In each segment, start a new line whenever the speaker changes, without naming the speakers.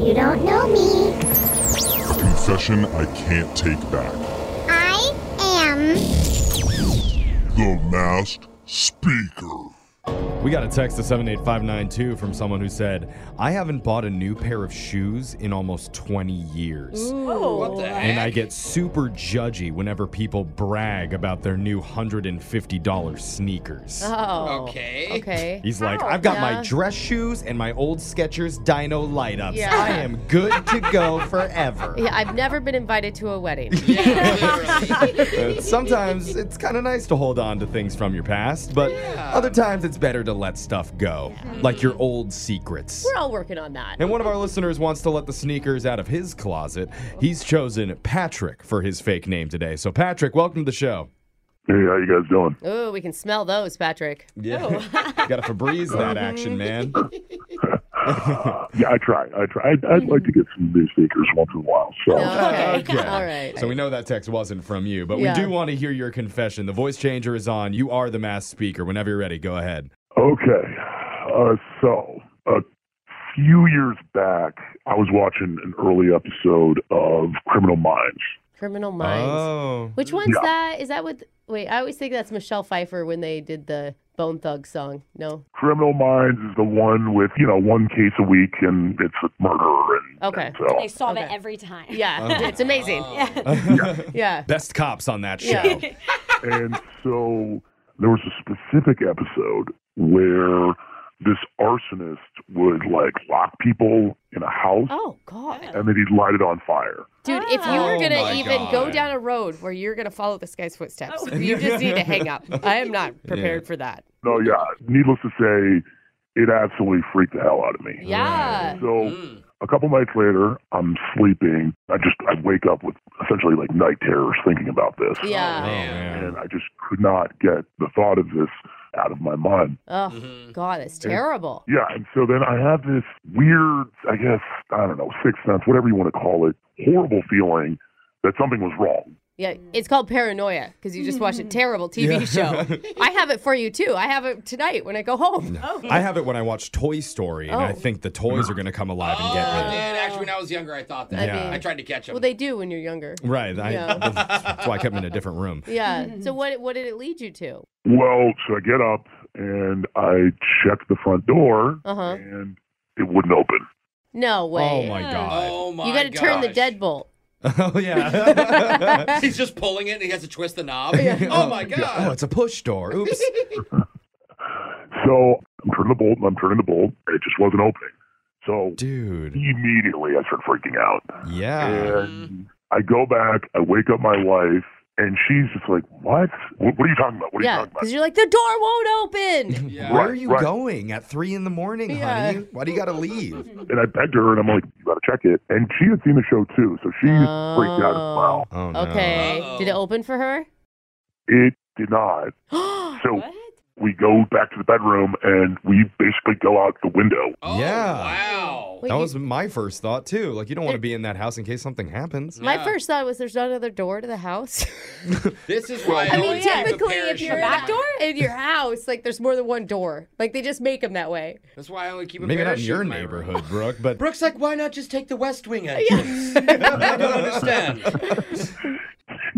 You don't know me.
A confession I can't take back.
I am.
The masked speaker.
We got a text to 78592 from someone who said, I haven't bought a new pair of shoes in almost 20 years.
what the
And I get super judgy whenever people brag about their new $150 sneakers.
Oh. Okay. Okay.
He's like, I've got my
Yeah.
dress shoes and my old Skechers Dino light ups.
Yeah.
I am good to go forever.
Yeah, I've never been invited to a wedding.
Uh, Sometimes it's kind of nice to hold on to things from your past, but other times it's better to let stuff go, like your old secrets.
Mm-hmm. We're all working on that.
And one of our listeners wants to let the sneakers out of his closet. He's chosen Patrick for his fake name today. So, Patrick, welcome to the show.
Hey, how you guys doing?
Oh, we can smell those, Patrick.
Yeah. Got to Febreze that action, man.
Yeah, I try. I try. I'd, I'd like to get some new sneakers once in a while. So
Okay.
Okay.
All right.
So, we know that text wasn't from you, but
Yeah.
we do want to hear your confession. The voice changer is on. You are the mass speaker. Whenever you're ready, go ahead.
Okay. Uh, so, a few years back, I was watching an early episode of Criminal Minds.
Criminal Minds.
Oh.
Which one's
Yeah.
that? Is that what? Wait, I always think that's Michelle Pfeiffer when they did the Bone Thug song. No.
Criminal Minds is the one with, you know, one case a week and it's a murder. And,
Okay.
and so,
They solve it
Okay.
every time.
Oh.
Yeah, it's amazing. Yeah.
Best cops on that show.
Yeah.
and so there was a specific episode where this arsonist would, like, lock people in a house
Oh God,
and then he'd light it on fire.
dude! If you were
Oh
gonna
my
even go
God. Oh.
down a road where you're gonna follow this guy's footsteps, you just need to hang up. I am not prepared for that.
No, yeah. Needless to say, it absolutely freaked the hell out of me.
Yeah.
So a couple nights later, I'm sleeping. I just I wake up with essentially like night terrors thinking about this,
Oh,
Yeah.
man.
and I just could not get the thought of this out of my mind.
Oh, God, it's terrible.
Yeah, and so then I have this weird, I guess I don't know, sixth sense, whatever you want to call it, horrible feeling that something was wrong.
Yeah, it's called paranoia because you just watch a terrible TV show. I have it for you too. I have it tonight when I go home.
I have it when I watch Toy Story, and I
Oh.
think the toys are going to come alive and get
I
rid of
did actually when I was younger. I thought that.
I mean-
I tried to catch him.
Well, they do when you're younger.
Right. I,
Yeah.
That's why I kept him in a different room.
Yeah. So what what did it lead you to?
Well, so I get up and I check the front door,
Uh huh.
and it wouldn't open.
No way.
Oh my god.
oh my.
you got to turn the
gosh.
deadbolt.
Oh yeah.
He's just pulling it and he has to twist the knob. Oh my god.
Oh, it's a push door. Oops.
So I'm turning the bolt and I'm turning the bolt. and It just wasn't opening. So
dude,
immediately I start freaking out.
Yeah.
And I go back. I wake up my wife, and she's just like, "What? What, what are you talking about? What are you
yeah,
talking about?"
because you're like the door won't open.
Where
Right,
are you
right.
going at three in the morning,
Yeah.
honey? Why do you gotta leave?
And I begged her, and I'm like, "You gotta check it." And she had seen the show too, so she freaked out as well.
Oh
Okay. Did it open for her?
It did not. so we go back to the bedroom, and we basically go out the window.
yeah.
Oh, Wow.
that was my first thought too. Like you don't want to be in that house in case something happens.
My first thought was there's not another door to the house.
This is why I,
I mean,
always take the
typically, if
parachute.
you're in- in your house, like there's more than one door. Like they just make them that way.
That's why I only keep a
Maybe not in
parachute
your
my room.
neighborhood, Brooke, but
Brooke's like, why not just take the West Wing entrance? I don't understand.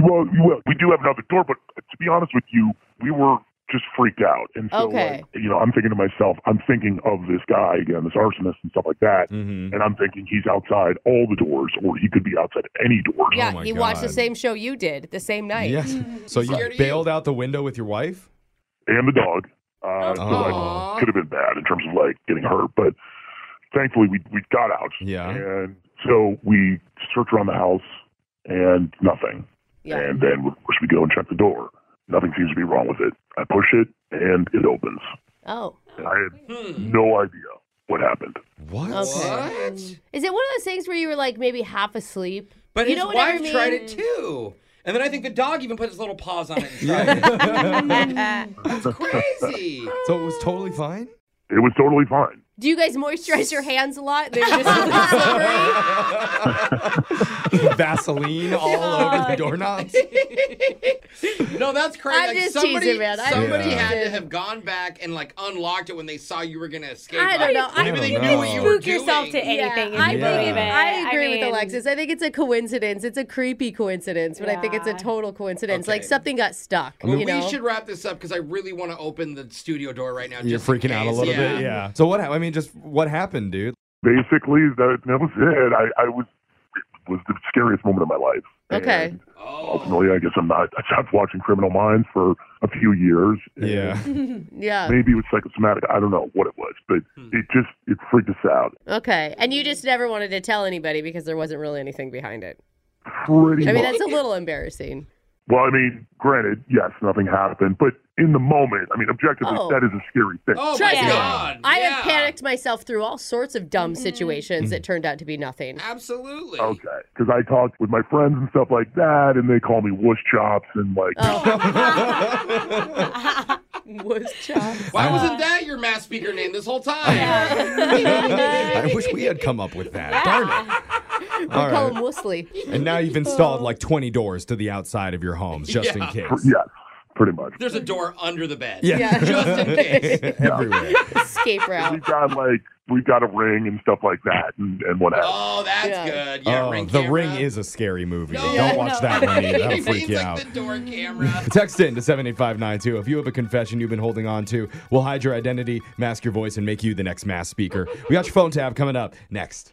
Well, you will. We do have another door, but to be honest with you, we were just freaked out. And so,
Okay.
like, you know, I'm thinking to myself, I'm thinking of this guy again, this arsonist and stuff like that. And I'm thinking he's outside all the doors, or he could be outside any door.
yeah, he watched the same show you did the same night.
oh Yeah. So you
Scared of
bailed out the window with your wife? Oh.
And the dog. Uh, so,
Aw.
like, could have been bad in terms of like getting hurt, but thankfully we we got out.
Yeah.
And so we search around the house and nothing.
Yeah.
And then of course we go and check the door. Nothing seems to be wrong with it. I push it and it opens.
Oh.
And I had no idea what happened.
What?
Oh. Okay. Is it one of those things where you were like maybe half asleep?
But
you
his
know what
wife
I mean?
tried it too. And then I think the dog even put his little paws on it and tried it. Crazy.
So it was totally fine?
It was totally fine.
Do you guys moisturize your hands a lot? They're just really slippery.
Vaseline all over the doorknobs.
No, that's crazy.
I'm
Like,
just
somebody,
teasing, man. I'm
somebody
just
had to
teasing.
have gone back and like unlocked it when they saw you were gonna escape.
I don't know. I
Maybe they
don't
knew
know.
what you were
Spook
doing.
yourself to anything.
Yeah, I
if you
think
believe
it-
it.
I agree with
mean,
Alexis. I think it's a coincidence. It's a creepy coincidence, but I think it's a total coincidence. Like
Okay.
something got stuck.
Well,
you
we
know?
should wrap this up because I really want to open the studio door right now.
You're
just in
freaking out a
case.
little bit, yeah. So what? hap- I mean, just what happened, dude?
Basically that that was it. I, I was it was the scariest moment of my life.
Okay.
And ultimately I guess I'm not I stopped watching Criminal Minds for a few years.
Yeah.
yeah.
Maybe it was psychosomatic. I don't know what it was, but it just it freaked us out.
Okay. And you just never wanted to tell anybody because there wasn't really anything behind it.
Pretty
I mean,
much.
that's a little embarrassing.
Well, I mean, granted, yes, nothing happened, but in the moment, I mean, objectively,
Oh.
that is a scary thing.
Trust me,
Oh, God,
I have panicked myself through all sorts of dumb situations that turned out to be nothing.
Absolutely.
Okay, because I talked with my friends and stuff like that, and they call me wuss chops and like.
Oh. Was chopped.
Why wasn't that your mass speaker name this whole time?
I wish we had come up with that. Darn it.
We
All
call him
right.
Woosley.
And now you've installed like 20 doors to the outside of your homes just
Yeah.
in case.
Yes, pretty much.
There's a door under the bed.
Yeah.
Just in case.
Everywhere.
Escape route.
We've got like we've got a ring and stuff like that, and, and what have you.
Oh, that's good. Yeah,
oh,
ring
the
camera.
ring is a scary movie.
No.
Don't watch that one either. That'll
He's
freak you
like
out.
the door camera.
Text in to 78592 if you have a confession you've been holding on to. We'll hide your identity, mask your voice, and make you the next mass speaker. We got your phone tab coming up next.